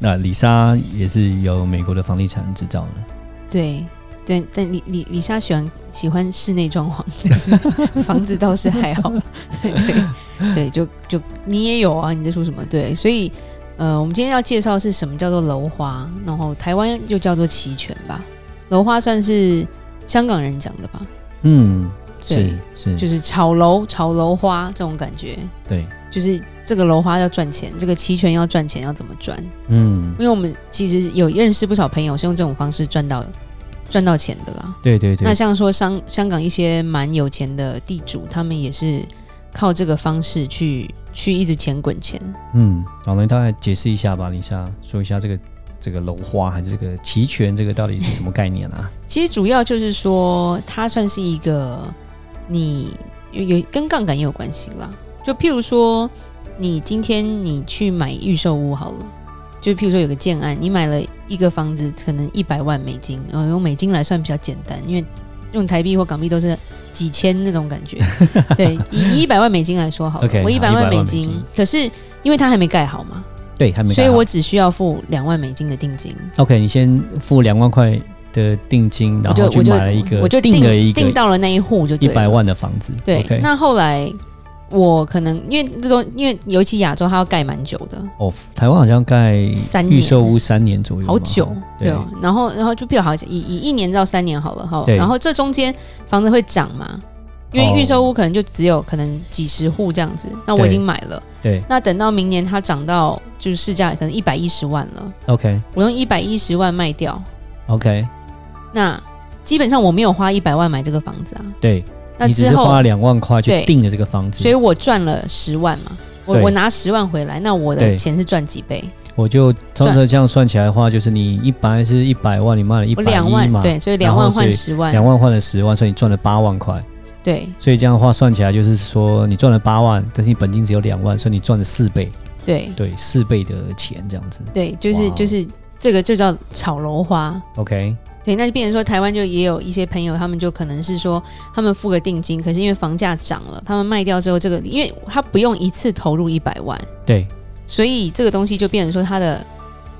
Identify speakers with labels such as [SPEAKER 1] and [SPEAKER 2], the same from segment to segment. [SPEAKER 1] 那李莎也是有美国的房地产执照的，
[SPEAKER 2] 对对，但李李李莎喜欢喜欢室内装潢，但是 房子倒是还好。 对对，就就你也有啊，你在说什么？对，所以呃，我们今天要介绍是什么叫做楼花，然后台湾又叫做期权吧。楼花算是香港人讲的吧，
[SPEAKER 1] 嗯，
[SPEAKER 2] 对
[SPEAKER 1] 是是，
[SPEAKER 2] 就是炒楼、炒楼花这种感觉，
[SPEAKER 1] 对，
[SPEAKER 2] 就是这个楼花要赚钱，这个期权要赚钱，要怎么赚？
[SPEAKER 1] 嗯，
[SPEAKER 2] 因为我们其实有认识不少朋友是用这种方式赚到赚到钱的啦。
[SPEAKER 1] 对对对，
[SPEAKER 2] 那像说香香港一些蛮有钱的地主，他们也是靠这个方式去去一直钱滚钱。
[SPEAKER 1] 嗯，好，那大概解释一下吧，李莎，说一下这个这个楼花还是这个期权，这个到底是什么概念啊？
[SPEAKER 2] 其实主要就是说，它算是一个你有有跟杠杆也有关系啦。就譬如说，你今天你去买预售屋好了，就譬如说有个建案，你买了一个房子，可能一百万美金，呃，用美金来算比较简单，因为用台币或港币都是几千那种感 觉。对，以一百万美金来说好了
[SPEAKER 1] OK，
[SPEAKER 2] 我一百
[SPEAKER 1] 好100
[SPEAKER 2] 万
[SPEAKER 1] 万
[SPEAKER 2] 美
[SPEAKER 1] 美
[SPEAKER 2] 金，
[SPEAKER 1] 金
[SPEAKER 2] 可是因为它还没盖好嘛，
[SPEAKER 1] 对，还没
[SPEAKER 2] 所
[SPEAKER 1] 盖好，
[SPEAKER 2] 以我只需要付两万美金的定金。
[SPEAKER 1] OK，你先付两万块的定金，
[SPEAKER 2] 我
[SPEAKER 1] 然
[SPEAKER 2] 就
[SPEAKER 1] 后去
[SPEAKER 2] 我就
[SPEAKER 1] 买了一个，
[SPEAKER 2] 我就
[SPEAKER 1] 定了一
[SPEAKER 2] 定
[SPEAKER 1] 个
[SPEAKER 2] 到了那一户就
[SPEAKER 1] 一
[SPEAKER 2] 对了
[SPEAKER 1] 百万的房子。
[SPEAKER 2] 对
[SPEAKER 1] o k
[SPEAKER 2] 那后来我可能因为这种，因为尤其亚洲，它要盖蛮久的，
[SPEAKER 1] 哦，台湾好像盖
[SPEAKER 2] 三年
[SPEAKER 1] 嗯预售屋三年左右嘛，
[SPEAKER 2] 嗯好久，
[SPEAKER 1] 对
[SPEAKER 2] 对哦。然后，然后就比如好以以一年到三年好了，好。
[SPEAKER 1] 对
[SPEAKER 2] 然后这中间房子会涨嘛？因
[SPEAKER 1] 哦
[SPEAKER 2] 为预售屋可能就只有可能几十户这样子，那我
[SPEAKER 1] 对
[SPEAKER 2] 已经买了。
[SPEAKER 1] 对
[SPEAKER 2] 那等到明年它涨到就是市价可能一百一十万了，
[SPEAKER 1] ，OK
[SPEAKER 2] 我用一百一十万卖掉，
[SPEAKER 1] OK，
[SPEAKER 2] 那基本上我没有花一百万买这个房子啊。
[SPEAKER 1] 对，
[SPEAKER 2] 那
[SPEAKER 1] 你只
[SPEAKER 2] 之
[SPEAKER 1] 是花
[SPEAKER 2] 后
[SPEAKER 1] 了，两万块去
[SPEAKER 2] 对
[SPEAKER 1] 定了这个房子
[SPEAKER 2] 所以，我赚了十万嘛，我
[SPEAKER 1] 嗯对
[SPEAKER 2] 我拿十万回来，那我的
[SPEAKER 1] 对
[SPEAKER 2] 钱是赚几倍？
[SPEAKER 1] 我就照
[SPEAKER 2] 赚
[SPEAKER 1] 着这样算起来的话，就是你一百是一百万，你卖了一
[SPEAKER 2] 我
[SPEAKER 1] 百
[SPEAKER 2] 两
[SPEAKER 1] 一
[SPEAKER 2] 万
[SPEAKER 1] 嘛，
[SPEAKER 2] 对，所以
[SPEAKER 1] 然
[SPEAKER 2] 两
[SPEAKER 1] 后
[SPEAKER 2] 万
[SPEAKER 1] 所以
[SPEAKER 2] 换十万，
[SPEAKER 1] 两万换了十万，所以你赚了八万块。
[SPEAKER 2] 对
[SPEAKER 1] 所以这样的话算起来，就是说你赚了八万，但是你本金只有两万，所以你赚了四倍，
[SPEAKER 2] 对
[SPEAKER 1] 对，四倍的钱这样子。
[SPEAKER 2] 对，就是
[SPEAKER 1] 哇哦
[SPEAKER 2] 就是这个就叫炒楼花。
[SPEAKER 1] OK，
[SPEAKER 2] 对，那就变成说，台湾就也有一些朋友，他们就可能是说，他们付个定金，可是因为房价涨了，他们卖掉之后，这个因为他不用一次投入一百万，
[SPEAKER 1] 对，
[SPEAKER 2] 所以这个东西就变成说，它的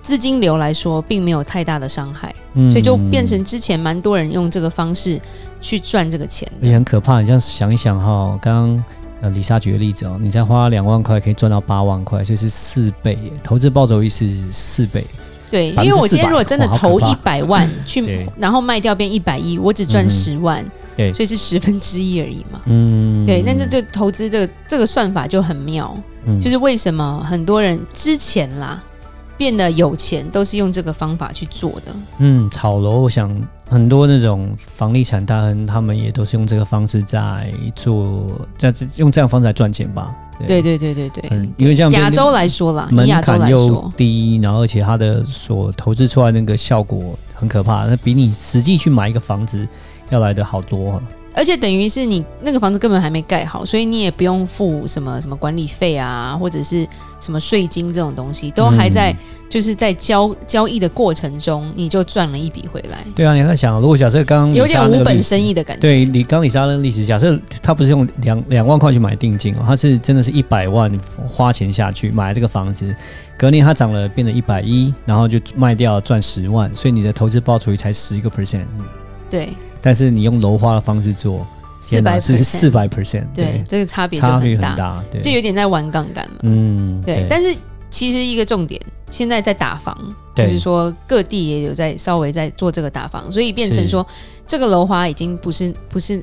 [SPEAKER 2] 资金流来说，并没有太大的伤害，
[SPEAKER 1] 嗯
[SPEAKER 2] 所以就变成之前蛮多人用这个方式去赚这个钱
[SPEAKER 1] 而且很可怕。你这样想一想哈、刚刚呃李莎举的例子哦，你才花两万块可以赚到八万块，所以是四倍耶，投资报酬率是四倍。
[SPEAKER 2] 对，因
[SPEAKER 1] 百分之
[SPEAKER 2] 为我今天如果真的
[SPEAKER 1] 400
[SPEAKER 2] 投
[SPEAKER 1] 哇好
[SPEAKER 2] 一
[SPEAKER 1] 可
[SPEAKER 2] 百 万去
[SPEAKER 1] 对，
[SPEAKER 2] 然后卖掉变一百一，我只
[SPEAKER 1] 嗯
[SPEAKER 2] 赚
[SPEAKER 1] 哼
[SPEAKER 2] 十万，
[SPEAKER 1] 对
[SPEAKER 2] 所以是十分之一而已嘛。
[SPEAKER 1] 嗯，
[SPEAKER 2] 对，但是这投资这个这个算法就很妙，
[SPEAKER 1] 嗯
[SPEAKER 2] 就是为什么很多人之前啦变得有钱都是用这个方法去做的。
[SPEAKER 1] 嗯炒楼，我想很多那种房地产大亨，他们也都是用这个方式在做，在在用这样的方式来赚钱吧。
[SPEAKER 2] 对对对对对，
[SPEAKER 1] 嗯，因为这样
[SPEAKER 2] 亚
[SPEAKER 1] 变
[SPEAKER 2] 洲来说啦，以
[SPEAKER 1] 门
[SPEAKER 2] 啊亚洲
[SPEAKER 1] 槛
[SPEAKER 2] 来
[SPEAKER 1] 又
[SPEAKER 2] 说，
[SPEAKER 1] 低，然后而且它的所投资出来那个效果很可怕，那比你实际去买一个房子要来的好多、啊。
[SPEAKER 2] 而且等于是你那个房子根本还没盖好，所以你也不用付什么什么管理费啊，或者是什么税金这种东西，都还在、
[SPEAKER 1] 嗯
[SPEAKER 2] 就是在交交易的过程中，你就赚了一笔回来，
[SPEAKER 1] 对啊，你在想，如果假设刚刚
[SPEAKER 2] 有
[SPEAKER 1] 李莎
[SPEAKER 2] 点
[SPEAKER 1] 那
[SPEAKER 2] 无
[SPEAKER 1] 个
[SPEAKER 2] 本
[SPEAKER 1] 例子
[SPEAKER 2] 生，意的感觉。
[SPEAKER 1] 对，李刚李莎的例子，假设他不是用两两万块去买定金哦，他是真的是一百万花钱下去买这个房子，隔年它涨了变成一百一，然后就卖掉赚十万，所以你的投资报酬率才十个 percent，
[SPEAKER 2] 对，
[SPEAKER 1] 但是你用楼花的方式做，
[SPEAKER 2] 四
[SPEAKER 1] 天哪
[SPEAKER 2] 百
[SPEAKER 1] 是四，百 percent，
[SPEAKER 2] 对，，这个差别就
[SPEAKER 1] 差距
[SPEAKER 2] 很
[SPEAKER 1] 很
[SPEAKER 2] 大，
[SPEAKER 1] 大，对，
[SPEAKER 2] 就有点在玩杠杆嘛。
[SPEAKER 1] 嗯，
[SPEAKER 2] 对，但是其实一个重点，现在在打房，就
[SPEAKER 1] 对
[SPEAKER 2] 是说各地也有在稍微在做这个打房，所以变成
[SPEAKER 1] 是
[SPEAKER 2] 说这个楼花已经不是不是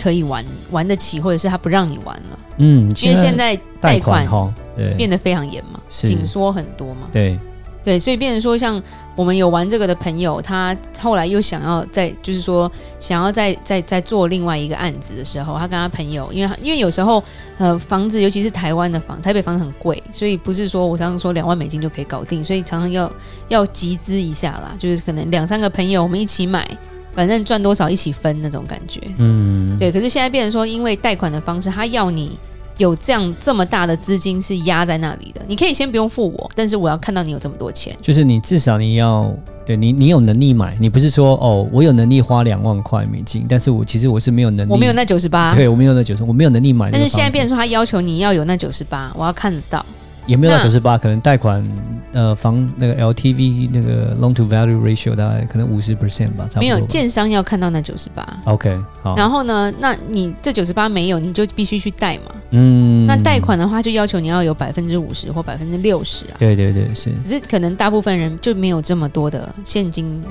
[SPEAKER 2] 可以玩玩得起，或者是他不让你玩了，
[SPEAKER 1] 嗯，
[SPEAKER 2] 因为现在贷
[SPEAKER 1] 贷
[SPEAKER 2] 款
[SPEAKER 1] 款哈，对
[SPEAKER 2] 变得非常严嘛，
[SPEAKER 1] 是
[SPEAKER 2] 紧缩很多嘛。
[SPEAKER 1] 对，
[SPEAKER 2] 对，所以变成说，像我们有玩这个的朋友，他后来又想要再，就是说想要再再再做另外一个案子的时候，他跟他朋友，因为他因为有时候呃房子，尤其是台湾的房，台北房子很贵，所以不是说我常常说两万美金就可以搞定，所以常常要要集资一下啦，就是可能两三个朋友我们一起买，反正赚多少一起分那种感觉。
[SPEAKER 1] 嗯，
[SPEAKER 2] 对，可是现在变成说，因为贷款的方式，他要你有这样这么大的资金是压在那里的，你可以先不用付我，但是我要看到你有这么多钱。
[SPEAKER 1] 就是你至少你要对你，你有能力买，你不是说哦，我有能力花两万块美金，但是我其实我是没有能力，
[SPEAKER 2] 我没有那九十八，
[SPEAKER 1] 对我没有那九十，我没有能力买那
[SPEAKER 2] 但
[SPEAKER 1] 个房
[SPEAKER 2] 是
[SPEAKER 1] 子。
[SPEAKER 2] 现在变成说他要求你要有那九十八，我要看得到。
[SPEAKER 1] 也没有到
[SPEAKER 2] 那
[SPEAKER 1] 九十八，可能贷款呃房那个 LTV 那个 loan to value ratio 大概可能五十 percent 吧，差不多吧。哦
[SPEAKER 2] 没有建商要看到那九十八，
[SPEAKER 1] OK 好，
[SPEAKER 2] 然后呢，那你这九十八没有，你就必须去贷嘛。
[SPEAKER 1] 嗯
[SPEAKER 2] 那贷款的话，就要求你要有百分之五十或百分之六十啊。
[SPEAKER 1] 对对对是
[SPEAKER 2] 只是可能大部分人就没有这么多的现金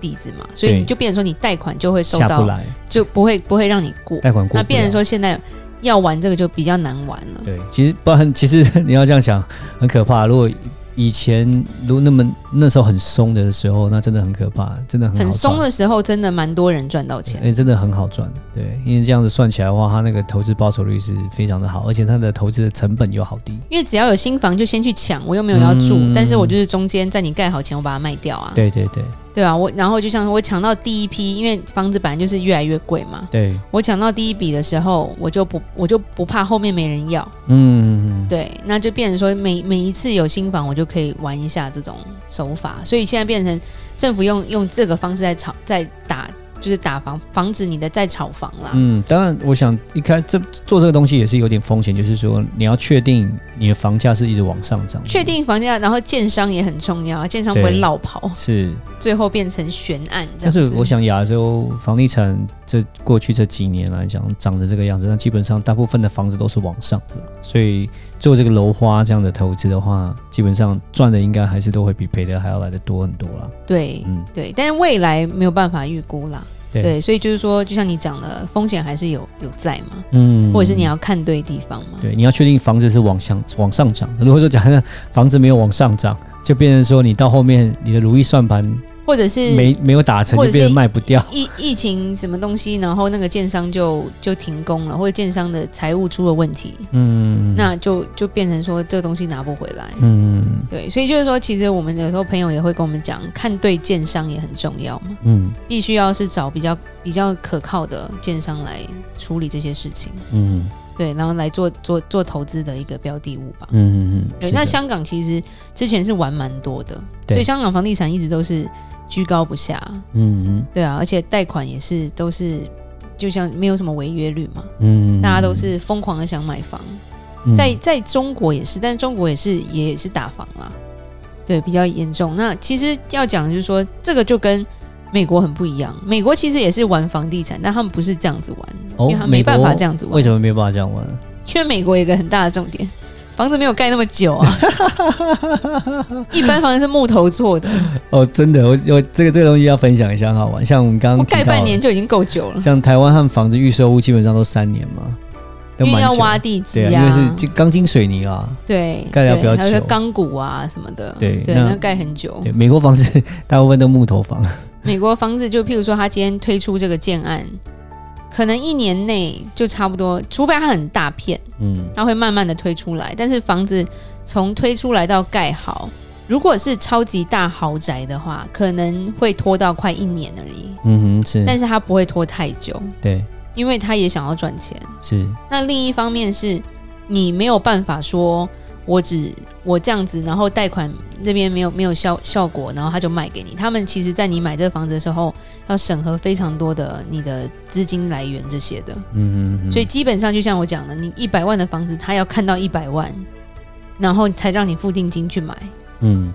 [SPEAKER 2] 底子嘛，所以
[SPEAKER 1] 对
[SPEAKER 2] 你就变成说你贷款就会收
[SPEAKER 1] 下不
[SPEAKER 2] 到，
[SPEAKER 1] 来，
[SPEAKER 2] 就不会不会让你过。
[SPEAKER 1] 贷款过
[SPEAKER 2] 那
[SPEAKER 1] 不
[SPEAKER 2] 变成
[SPEAKER 1] 了
[SPEAKER 2] 说现在要玩这个就比较难玩了。
[SPEAKER 1] 对，其实不然， 其实你要这样想，很可怕。如果以前如果那么那时候很松的时候，那真的很可怕，真的很好
[SPEAKER 2] 很松
[SPEAKER 1] 赚，
[SPEAKER 2] 的时候，真的蛮多人赚到钱。
[SPEAKER 1] 哎，真的很好赚。对，因为这样子算起来的话，它那个投资报酬率是非常的好，而且它的投资的成本又好低。
[SPEAKER 2] 因为只要有新房就先去抢，我又没有要住，
[SPEAKER 1] 嗯
[SPEAKER 2] 但是我就是中间在你盖好前我把它卖掉啊，
[SPEAKER 1] 对对对
[SPEAKER 2] 对啊，我然后就像我抢到第一批，因为房子本来就是越来越贵嘛，
[SPEAKER 1] 对，
[SPEAKER 2] 我抢到第一笔的时候，我就不我就不怕后面没人要，
[SPEAKER 1] 嗯，
[SPEAKER 2] 对，那就变成说每每一次有新房我就可以玩一下这种手法，所以现在变成政府用用这个方式在炒在打，就是打房防止你的在炒房啦，
[SPEAKER 1] 嗯，当然，我想一开这做这个东西也是有点风险，就是说你要确定你的房价是一直往上涨的，
[SPEAKER 2] 确定房价，然后建商也很重要，啊建商不会
[SPEAKER 1] 对
[SPEAKER 2] 落跑，
[SPEAKER 1] 是。
[SPEAKER 2] 最后变成悬案这
[SPEAKER 1] 但
[SPEAKER 2] 样子。
[SPEAKER 1] 是我想亚洲房地产这过去这几年来讲涨成这个样子，那基本上大部分的房子都是往上的，所以做这个楼花这样的投资的话，基本上赚的应该还是都会比赔的还要来的多很多啦。
[SPEAKER 2] 对、
[SPEAKER 1] 嗯
[SPEAKER 2] 对，但是未来没有办法预估啦。
[SPEAKER 1] 对
[SPEAKER 2] 对，所以就是说，就像你讲的，风险还是有有在嘛，
[SPEAKER 1] 嗯
[SPEAKER 2] 或者是你要看对地方嘛。
[SPEAKER 1] 对，你要确定房子是往上往上涨。如果说假设房子没有往上涨，就变成说你到后面你的如意算盘
[SPEAKER 2] 或者是
[SPEAKER 1] 没没有打成，
[SPEAKER 2] 嗯或者
[SPEAKER 1] 就是变成卖不掉。
[SPEAKER 2] 疫疫情什么东西，然后那个建商就就停工了，或者建商的财务出了问题，
[SPEAKER 1] 嗯，
[SPEAKER 2] 那就就变成说这个东西拿不回来。
[SPEAKER 1] 嗯
[SPEAKER 2] 对，所以就是说，其实我们有时候朋友也会跟我们讲，看对建商也很重要嘛。
[SPEAKER 1] 嗯
[SPEAKER 2] 必须要是找比较比较可靠的建商来处理这些事情，
[SPEAKER 1] 嗯
[SPEAKER 2] 对，然后来做做做投资的一个标的物吧
[SPEAKER 1] 嗯。嗯
[SPEAKER 2] 对，那香港其实之前是玩蛮多的，
[SPEAKER 1] 对
[SPEAKER 2] 所以香港房地产一直都是居高不下，
[SPEAKER 1] 嗯
[SPEAKER 2] 对啊，而且贷款也是都是就像没有什么违约率嘛，
[SPEAKER 1] 嗯
[SPEAKER 2] 大家都是疯狂的想买房，在在中国也是，但是中国也是也是打房啦，对，比较严重。那其实要讲的就是说，这个就跟美国很不一样。美国其实也是玩房地产，但他们不是这样子玩的，
[SPEAKER 1] 哦
[SPEAKER 2] 因为他没办
[SPEAKER 1] 美
[SPEAKER 2] 法
[SPEAKER 1] 国
[SPEAKER 2] 这样子玩。
[SPEAKER 1] 为什么没有办法这样玩？
[SPEAKER 2] 因为美国有一个很大的重点，房子没有盖那么久 啊，一般房子是木头做的，
[SPEAKER 1] 哦，真的，我我这个这个东西要分享一下，很好玩。像我们刚
[SPEAKER 2] 我
[SPEAKER 1] 刚
[SPEAKER 2] 盖
[SPEAKER 1] 提到
[SPEAKER 2] 半年
[SPEAKER 1] 的，
[SPEAKER 2] 就已经够久了，
[SPEAKER 1] 像台湾和房子预售屋基本上都三年嘛，都
[SPEAKER 2] 因为
[SPEAKER 1] 蛮
[SPEAKER 2] 要
[SPEAKER 1] 久
[SPEAKER 2] 挖地基
[SPEAKER 1] 对啊，因为是这钢筋水泥啦。
[SPEAKER 2] 对，
[SPEAKER 1] 盖得要比较
[SPEAKER 2] 对还有个
[SPEAKER 1] 久
[SPEAKER 2] 钢骨啊什么的，
[SPEAKER 1] 对
[SPEAKER 2] 对，
[SPEAKER 1] 那
[SPEAKER 2] 那盖很久。
[SPEAKER 1] 对，美国房子 大部分都木头房，
[SPEAKER 2] 美国房子就譬如说，他今天推出这个建案，可能一年内就差不多，除非它很大片，
[SPEAKER 1] 嗯，
[SPEAKER 2] 它会慢慢的推出来。但是房子从推出来到盖好，如果是超级大豪宅的话，可能会拖到快一年而已。
[SPEAKER 1] 嗯哼，是，
[SPEAKER 2] 但是它不会拖太久，
[SPEAKER 1] 对，
[SPEAKER 2] 因为他也想要赚钱。
[SPEAKER 1] 是，
[SPEAKER 2] 那另一方面是，你没有办法说，我只我这样子，然后贷款那边没有没有效效果，然后他就卖给你。他们其实，在你买这个房子的时候，要审核非常多的你的资金来源这些的。
[SPEAKER 1] 嗯哼嗯，
[SPEAKER 2] 所以基本上就像我讲的，你一百万的房子，他要看到一百万，然后才让你付定金去买，
[SPEAKER 1] 嗯，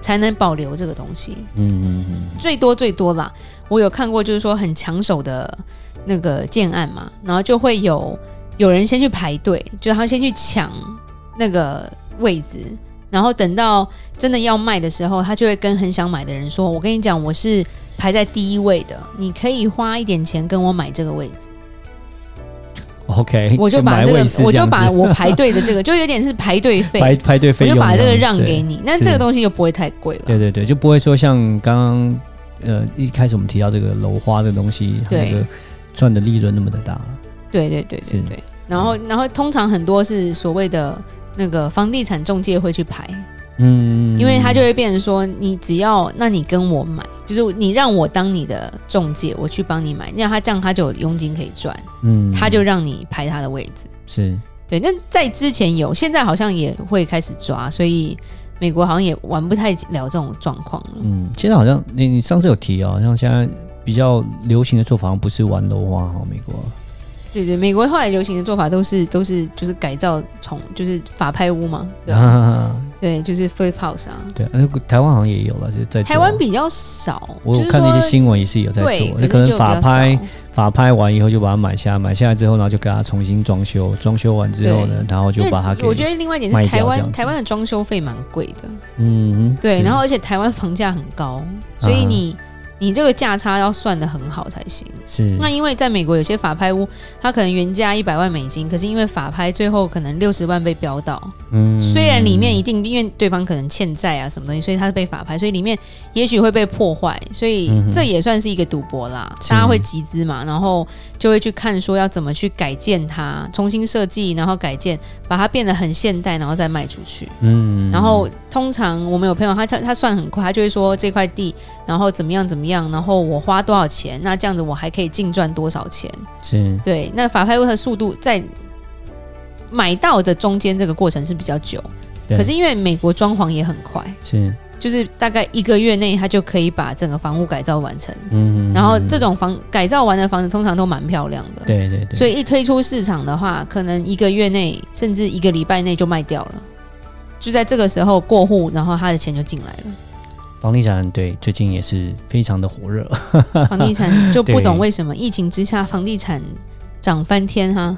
[SPEAKER 2] 才能保留这个东西。
[SPEAKER 1] 嗯嗯嗯
[SPEAKER 2] 最多最多啦，我有看过，就是说很抢手的那个建案嘛，然后就会有有人先去排队，就他先去抢那个位置，然后等到真的要卖的时候，他就会跟很想买的人说：“我跟你讲，我是排在第一位的，你可以花一点钱跟我买这个位置。
[SPEAKER 1] 嗯， OK，
[SPEAKER 2] 我就把
[SPEAKER 1] 买
[SPEAKER 2] 这个
[SPEAKER 1] 卫士
[SPEAKER 2] 我就
[SPEAKER 1] 样子
[SPEAKER 2] 把 我排队的这个，就有点是排队费，
[SPEAKER 1] 排排队费
[SPEAKER 2] 我就
[SPEAKER 1] 用
[SPEAKER 2] 把这
[SPEAKER 1] 这
[SPEAKER 2] 个
[SPEAKER 1] 样
[SPEAKER 2] 让
[SPEAKER 1] 对
[SPEAKER 2] 给你，但
[SPEAKER 1] 是
[SPEAKER 2] 这个东西就不会太贵了。
[SPEAKER 1] 对对对，就不会说像刚刚呃一开始我们提到这个楼花这个东西，它那
[SPEAKER 2] 对
[SPEAKER 1] 个赚的利润那么的大了。
[SPEAKER 2] 对对对对
[SPEAKER 1] 是嗯
[SPEAKER 2] 对。然后，然后通常很多是所谓的那个房地产中介会去排，
[SPEAKER 1] 嗯
[SPEAKER 2] 因为他就会变成说，你只要那你跟我买，就是你让我当你的中介，我去帮你买，那他这样他就有佣金可以赚，
[SPEAKER 1] 嗯
[SPEAKER 2] 他就让你排他的位置。
[SPEAKER 1] 是
[SPEAKER 2] 对，那在之前有，现在好像也会开始抓，所以美国好像也玩不太了这种状况了。
[SPEAKER 1] 嗯，现在好像你你上次有提哦，好像现在比较流行的做法好像不是玩楼花哈，美国
[SPEAKER 2] 对对，美国后来流行的做法都是都是就是改造从就是法拍屋嘛，对吧、
[SPEAKER 1] 啊，
[SPEAKER 2] 对，就是 flip house 啊。
[SPEAKER 1] 对，而且台湾好像也有了，就在做
[SPEAKER 2] 台湾比较少，
[SPEAKER 1] 我
[SPEAKER 2] 就
[SPEAKER 1] 有
[SPEAKER 2] 是
[SPEAKER 1] 看那些
[SPEAKER 2] 说
[SPEAKER 1] 新闻也是有在
[SPEAKER 2] 对，
[SPEAKER 1] 做，可
[SPEAKER 2] 是就
[SPEAKER 1] 能
[SPEAKER 2] 比
[SPEAKER 1] 法
[SPEAKER 2] 较
[SPEAKER 1] 拍
[SPEAKER 2] 少
[SPEAKER 1] 法拍完以后就把它买下来，买下来之后，然后就给它重新装修，装修完之后呢，然后就
[SPEAKER 2] 那
[SPEAKER 1] 把它给
[SPEAKER 2] 我觉得另外一点
[SPEAKER 1] 卖
[SPEAKER 2] 是
[SPEAKER 1] 掉这
[SPEAKER 2] 台
[SPEAKER 1] 样
[SPEAKER 2] 湾
[SPEAKER 1] 子
[SPEAKER 2] 台湾的装修费蛮贵的，
[SPEAKER 1] 嗯哼
[SPEAKER 2] 对，
[SPEAKER 1] 是
[SPEAKER 2] 然后而且台湾房价很高，所以
[SPEAKER 1] 啊
[SPEAKER 2] 你、你这个价差要算的很好才行。
[SPEAKER 1] 是
[SPEAKER 2] 那因为在美国有些法拍屋，它可能原价一百万美金，可是因为法拍最后可能六十万被标到，
[SPEAKER 1] 嗯
[SPEAKER 2] 虽然里面一定因为对方可能欠债啊什么东西，所以它是被法拍，所以里面也许会被破坏，所以
[SPEAKER 1] 嗯哼
[SPEAKER 2] 这也算是一个赌博啦。
[SPEAKER 1] 是
[SPEAKER 2] 大家会集资嘛，然后就会去看说要怎么去改建它，重新设计，然后改建，把它变得很现代，然后再卖出去。
[SPEAKER 1] 嗯
[SPEAKER 2] 然后通常我们有朋友他他他算很快，他就会说这块地，然后怎么样怎么样，然后我花多少钱，那这样子我还可以净赚多少钱。
[SPEAKER 1] 是
[SPEAKER 2] 对，那法拍屋的速度在买到的中间这个过程是比较久，
[SPEAKER 1] 对
[SPEAKER 2] 可是因为美国装潢也很快，
[SPEAKER 1] 是
[SPEAKER 2] 就是大概一个月内它就可以把整个房屋改造完成。
[SPEAKER 1] 嗯
[SPEAKER 2] 然后这种房改造完的房子通常都蛮漂亮的，
[SPEAKER 1] 对对对，
[SPEAKER 2] 所
[SPEAKER 1] 以
[SPEAKER 2] 以一推出市场的话，可能一个月内甚至一个礼拜内就卖掉了。就在这个时候过户，然后他的钱就进来 了。
[SPEAKER 1] 房地产对最近也是非常的火热，
[SPEAKER 2] 房地产就不懂
[SPEAKER 1] 对
[SPEAKER 2] 为什么疫情之下房地产涨翻天哈、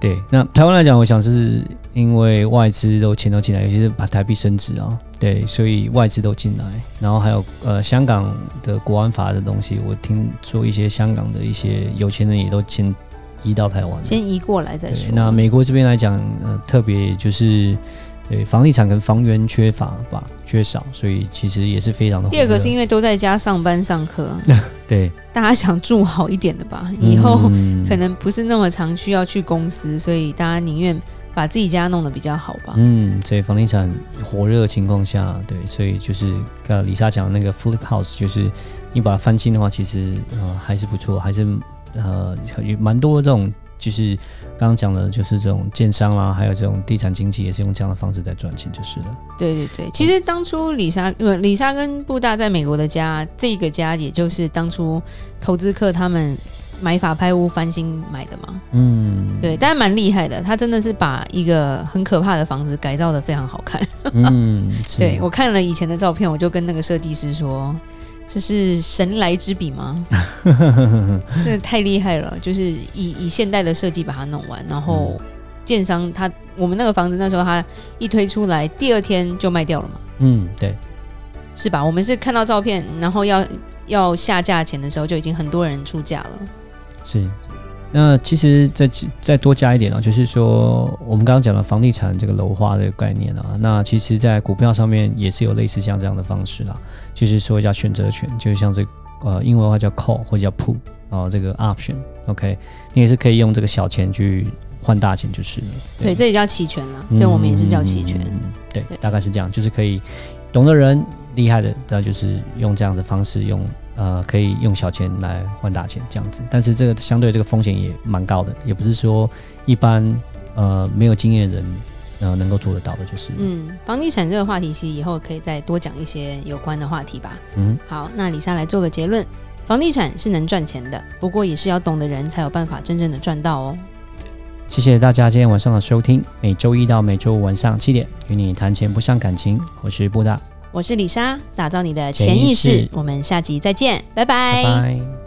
[SPEAKER 1] 对，那台湾来讲，我想是因为外资都钱都进来，尤其是把台币升值啊，对，所以外资都进来，然后还有呃香港的国安法的东西，我听说一些香港的一些有钱人也都先移到台湾了。
[SPEAKER 2] 先移过来再
[SPEAKER 1] 对，
[SPEAKER 2] 说。
[SPEAKER 1] 那美国这边来讲，呃，特别就是对房地产跟房源缺乏吧，缺少，所以其实也是非常的火热。
[SPEAKER 2] 第二个是因为都在家上班上课，
[SPEAKER 1] 对
[SPEAKER 2] 大家想住好一点的吧，以后
[SPEAKER 1] 嗯
[SPEAKER 2] 可能不是那么常需要去公司，所以大家宁愿把自己家弄得比较好吧。
[SPEAKER 1] 嗯，所以房地产火热的情况下，对，所以就是刚才李莎讲的那个 flip house，就是你把它翻新的话，其实呃还是不错，还是呃有蛮多这种，就是刚刚讲的，就是这种建商啦，还有这种地产经济也是用这样的方式在赚钱，就是了。
[SPEAKER 2] 对对对，其实当初李莎呃不，李莎跟布大在美国的家，这个家也就是当初投资客他们买法拍屋翻新买的嘛。
[SPEAKER 1] 嗯，
[SPEAKER 2] 对，但蛮厉害的，他真的是把一个很可怕的房子改造得非常好看。
[SPEAKER 1] 嗯，是
[SPEAKER 2] 对我看了以前的照片，我就跟那个设计师说：“这是神来之笔吗？真的太厉害了！就是以以现代的设计把它弄完，然后建商他我们那个房子那时候他一推出来，第二天就卖掉了嘛，
[SPEAKER 1] 嗯，对，
[SPEAKER 2] 是吧？我们是看到照片，然后要要下价钱的时候，就已经很多人出价了。
[SPEAKER 1] 是。那其实再再多加一点啊，就是说我们刚刚讲了房地产这个楼花的概念啊，那其实，在股票上面也是有类似像这样的方式啦，就是说叫选择权，就是像这呃英文的话叫 call 或者叫 put 啊，这个 option，OK，、你也是可以用这个小钱去换大钱就是了。
[SPEAKER 2] 对，这也叫期权啦，对我们也是叫期权。
[SPEAKER 1] 嗯对
[SPEAKER 2] 对，
[SPEAKER 1] 大概是这样，就是可以懂的人厉害的，那就是用这样的方式用。呃，可以用小钱来换大钱这样子，但是这个相对这个风险也蛮高的，也不是说一般呃没有经验的人呃能够做得到的，就是
[SPEAKER 2] 嗯，房地产这个话题，其实以后可以再多讲一些有关的话题吧。
[SPEAKER 1] 嗯
[SPEAKER 2] 好，那李莎来做个结论：房地产是能赚钱的，不过也是要懂的人才有办法真正的赚到哦。
[SPEAKER 1] 谢谢大家今天晚上的收听，每周一到每周五晚上七点与你谈钱不伤感情，我是布大，
[SPEAKER 2] 我是李莎，打造你的
[SPEAKER 1] 潜
[SPEAKER 2] 潜
[SPEAKER 1] 意
[SPEAKER 2] 意识。
[SPEAKER 1] 识
[SPEAKER 2] 我们下集再见，
[SPEAKER 1] 拜拜